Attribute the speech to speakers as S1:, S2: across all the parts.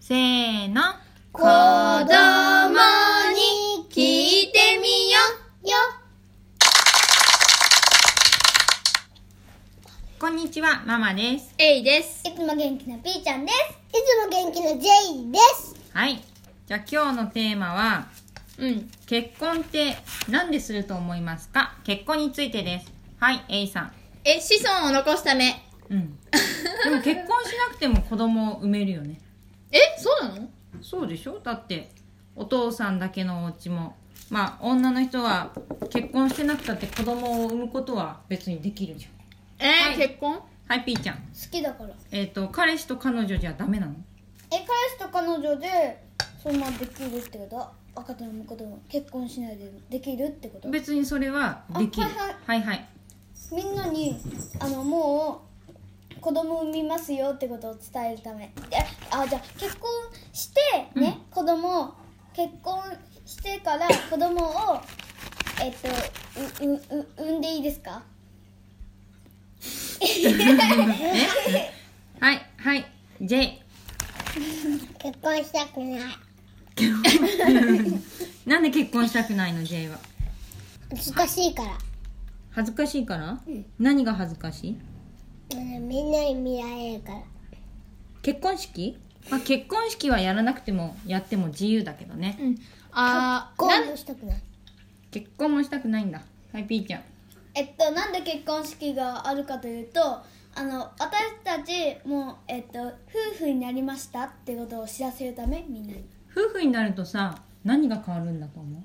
S1: せーの。
S2: 子供に聞いてみよよ
S1: こんにちは、ママです。
S3: えいです。
S2: いつも元気なピーちゃんですいつも元気なジェイです
S1: はい。じゃあ今日のテーマは、
S3: うん。
S1: 結婚って何ですると思いますか結婚についてです。はい、エイさん。
S3: え、子孫を残すため。
S1: うん。でも結婚しなくても子供を産めるよね。
S3: え、そうなの
S1: そうでしょだって、お父さんだけのお家も、まあ女の人は結婚してなくたって子供を産むことは別にできるじゃん。
S3: え
S1: い
S3: 結婚
S1: はい、ピーちゃん。
S2: 好きだから
S1: えっ、と、彼氏と彼女じゃダメなの
S2: え彼氏と彼女でそんなできるってこと赤ちゃんの子供結婚しないでできるってこと
S1: 別にそれはできる。
S2: あ
S1: はいはい。
S2: みんなにあのもう子供産みますよってことを伝えるためであじゃあ結婚してね、子供を結婚してから子供をえっとううう産んでいいですか
S1: はい、はい。J。
S2: 結婚したくない
S1: なんで結婚したくないの ?J は。
S2: 難しいから、
S1: 恥ずかしいから、
S2: ん
S1: 何が恥ずかしい
S2: みんなに見られるから
S1: 結婚式、まあ、結婚式はやらなくてもやっても自由だけどね
S3: うん。あー、なん
S2: したくない
S1: 結婚もしたくないんだはいピーちゃん
S2: えっと、なんで結婚式があるかというとあの私たちもう、えっと、夫婦になりましたってことを知らせるためみんなに
S1: 夫婦になるとさ何が変わるんだと思う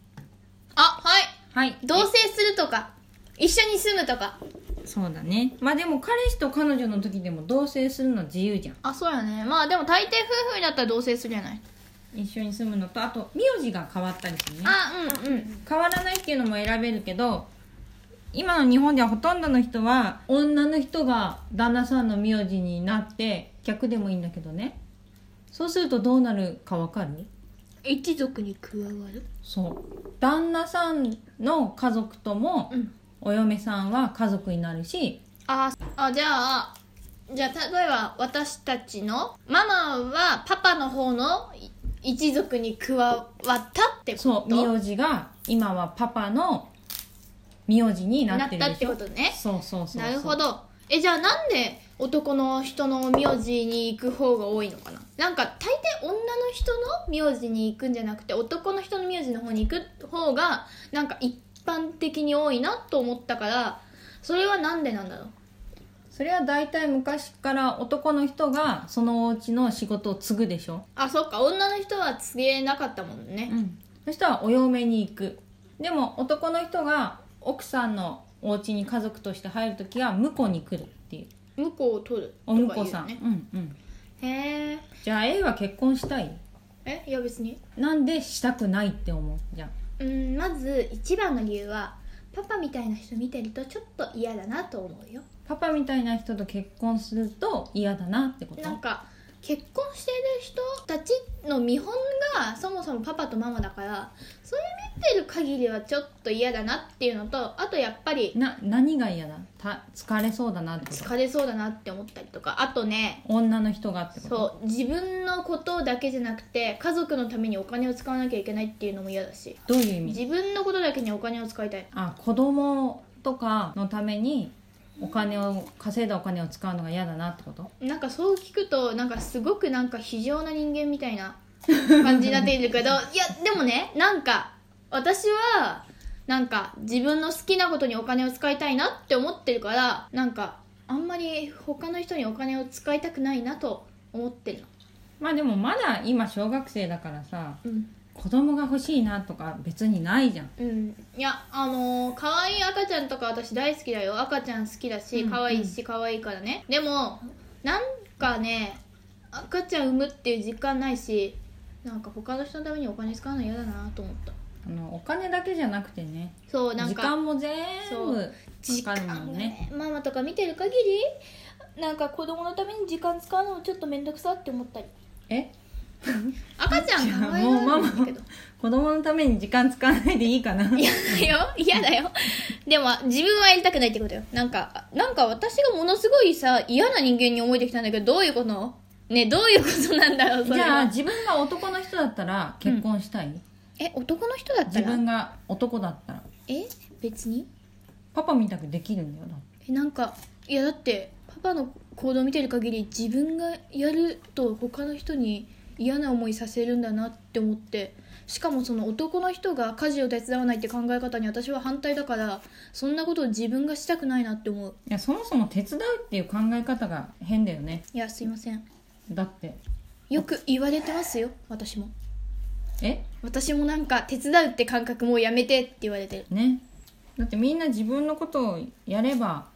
S3: あ、はい。
S1: はい
S3: 同棲するとか、一緒に住むとか。
S1: そうだねまあでも彼氏と彼女の時でも同棲するの自由じゃん
S3: あ、そうやね。まあでも大抵夫婦になったら同棲するじゃない。
S1: 一緒に住むのとあと名字が変わったりするね
S3: あ、うんうん。
S1: 変わらないっていうのも選べるけど今の日本ではほとんどの人は女の人が旦那さんの名字になって逆でもいいんだけどねそうするとどうなるかわかる
S3: 一族に加わる
S1: そう旦那さんの家族とも
S3: うん。
S1: お嫁さんは家族になるし
S3: あー、あ、じゃあ、じゃあ例えば私たちのママはパパの方のい一族に加わったってこと
S1: そう名字が今はパパの名字にな
S3: なっ
S1: って
S3: た
S1: るで
S3: って
S1: しょ
S3: ことね。
S1: そうそうそうそう
S3: なるほどえじゃあなんで男の人の名字に行く方が多いのかななんか大抵女の人の名字に行くんじゃなくて男の人の名字の方に行く方がなんか一般的に多いなと思ったからそれはなんでなんだろう
S1: それは大体昔から男の人がそのお家の仕事を継ぐでしょ
S3: あそっか女の人は告げなかったもんね
S1: そしたらお嫁に行くでも男の人が奥さんのお家に家族として入るときは婿に来るっていう
S3: 向こうを取る
S1: お婿さん、
S3: とか
S1: うんうん
S3: 言うよねへー
S1: じゃあ A は結婚したい
S3: えいや別に
S1: なんでしたくないって思うじゃん
S3: うんまず一番の理由はパパみたいな人見てるとちょっと嫌だなと思うよ
S1: パパみたいな人と結婚すると嫌だなってこと
S3: なんか結婚してる人たちの見本がそもそもパパとママだからそれ見てる限りはちょっと嫌だなっていうのとあとやっぱり
S1: な何が嫌だた疲れそうだなってこと
S3: 疲れそうだなって思ったりとかあとね
S1: 女の人がってこと
S3: そう自分のことだけじゃなくて家族のためにお金を使わなきゃいけないっていうのも嫌だし
S1: どういう意味
S3: 自分のことだけにお金を使いたい
S1: あ子供とかのためにお金を稼いだお金を使うのが嫌だなってこと
S3: なんかそう聞くとなんかすごくなんか非常な人間みたい な感じになっているけどいやでもねなんか私はなんか自分の好きなことにお金を使いたいなって思ってるからなんかあんまり他の人にお金を使いたくないなと思ってるの、
S1: まあでもまだ今小学生だからさ
S3: うん
S1: 子供が欲しいなとか別にないじゃん
S3: うん、いやあのー可愛い赤ちゃんとか私大好きだよ赤ちゃん好きだし
S1: うん
S3: 可愛いし可愛いからねでもなんかね赤ちゃん産むっていう実感ないしなんか他の人のためにお金使うの嫌だなと思った
S1: あのお金だけじゃなくてね
S3: そうなん
S1: 時
S3: か
S1: 間も全
S3: そう
S1: 部かかるもんね
S3: 時間がママとか見てる限りなんか子供のために時間使うのもちょっと面倒くさって思ったり
S1: え
S3: 赤ちゃん可愛い
S1: もうマ
S3: な
S1: マ
S3: んだけど
S1: 子供のために時間使わないでいいかな
S3: 嫌だよ嫌だよでも自分はやりたくないってことよなんかなんか私がものすごいさ嫌な人間に思えてきたんだけどどういうことねどういうことなんだろうそ
S1: じ
S3: れ
S1: ゃあ
S3: は
S1: 自分が男の人だったら結婚したい、
S3: え男の人だった
S1: 自
S3: ら
S1: 分が男だったら
S3: え別に
S1: パパみたくできるんだよだって
S3: えなんかいやだってパパの行動を見てる限り自分がやると他の人に嫌な思いさせるんだなって思ってしかもその男の人が家事を手伝わないって考え方に私は反対だからそんなことを自分がしたくないなって思う
S1: いやそもそも手伝うっていう考え方が変だよね
S3: いやすいません
S1: だって
S3: よく言われてますよ私も
S1: え
S3: 私もなんか手伝うって感覚もうやめてって言われてる
S1: ねだってみんな自分のことをやれば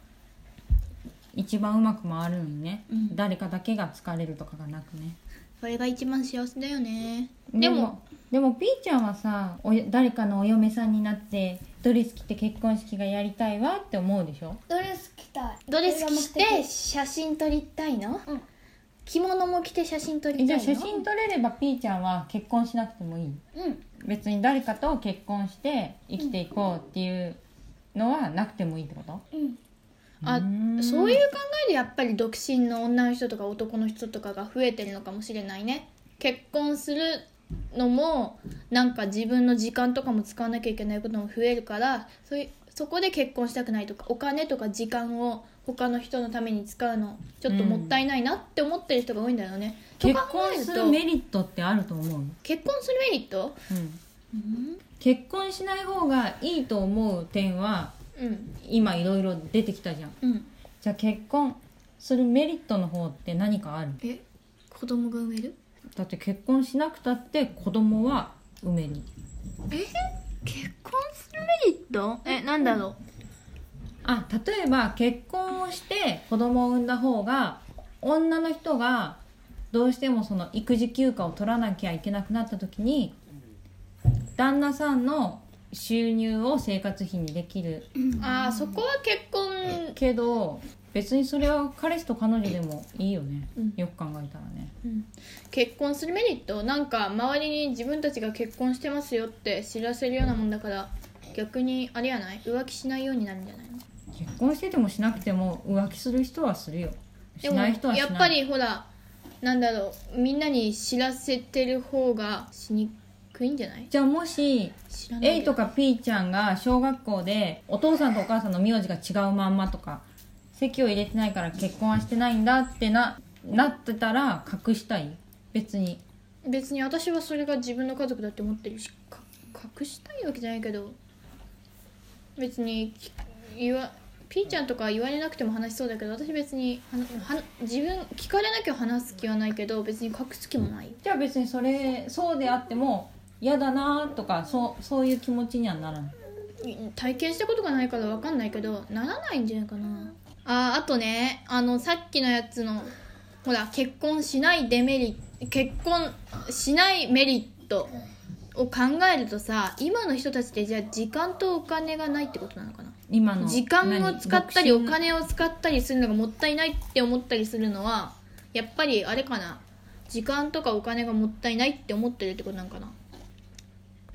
S1: 一番うまく回るのにね、
S3: うん
S1: 誰かだけが疲れるとかがなくね
S3: それが一番幸せだよね
S1: で
S3: で
S1: も
S3: も
S1: でもピーちゃんはさおよ誰かのお嫁さんになってドレス着て結婚式がやりたいわって思うでしょ
S2: ドレス着たい
S3: ドレス着
S2: それが目
S3: て
S2: 的
S3: 写真撮りたいの、
S2: うん
S3: 着物も着て写真撮りた
S1: え
S3: い
S1: じゃ
S3: の
S1: あ写真撮れればピーちゃんは結婚しなくてもいい
S2: うん
S1: 別に誰かと結婚して生きていこうっていうのはなくてもいいってこと
S2: うん
S3: あ
S1: うん
S3: そういう考えでやっぱり独身の女の人とか男の人とかが増えてるのかもしれないね結婚するのもなんか自分の時間とかも使わなきゃいけないことも増えるからそういうそこで結婚したくないとかお金とか時間を他の人のために使うのちょっともったいないなって思ってる人が多いんだよね、と
S1: 結
S3: 考え
S1: 婚
S3: ると
S1: するメリットってあると思う、うん、
S3: 結婚するメリット
S1: 結婚しない方がいいと思う点は
S3: うん
S1: 今いろいろ出てきたじゃん
S3: うん
S1: じゃあ結婚するメリットの方って何かある
S3: え子供が産める
S1: だって結婚しなくたって子供は産める
S3: え結婚するメリットえなんだろ
S1: あ例えば結婚をして子供を産んだ方が女の人がどうしてもその育児休暇を取らなきゃいけなくなった時に旦那さんの収入を生活費にできる
S3: う、ああそこは結婚
S1: けど別にそれは彼氏と彼女でもいいよね、
S3: うん
S1: よく考えたらね
S3: うん結婚するメリットなんか周りに自分たちが結婚してますよって知らせるようなもんだから逆にあれやない浮気しないようになるんじゃないの
S1: 結婚しててもしなくても浮気する人はするよしない人はしな
S3: や
S1: い
S3: っぱりほらなんだろうみんなに知らせてる方がしにくいんじゃない
S1: じゃあもし
S3: 知らない
S1: A とか P ちゃんが小学校でお父さんとお母さんの名字が違うまんまとか籍を入れてないから結婚はしてないんだってななってたら隠したい別に
S3: 別に私はそれが自分の家族だって思ってるしか隠したいわけじゃないけど別にき言わピーちゃんとか言われなくても話しそうだけど私別にはなはな自分聞かれなきゃ話す気はないけど別に隠す気もないよ
S1: じゃあ別にそれそうであっても嫌だなとかそうそういう気持ちにはならない
S3: い体験したことがないから分かんないけどならないんじゃないかなあーあとねあのさっきのやつのほら結婚しないデメリット結婚しないメリットを考えるとさ今の人たちってじゃあ時間とお金がないってことなのかな
S1: 今の
S3: 時間を
S1: 何
S3: 使ったり
S1: 独
S3: お
S1: 身
S3: 金を使ったりするのがもったいないって思ったりするのはやっぱりあれかな時間とかお金がもったいないって思ってるってことなんかな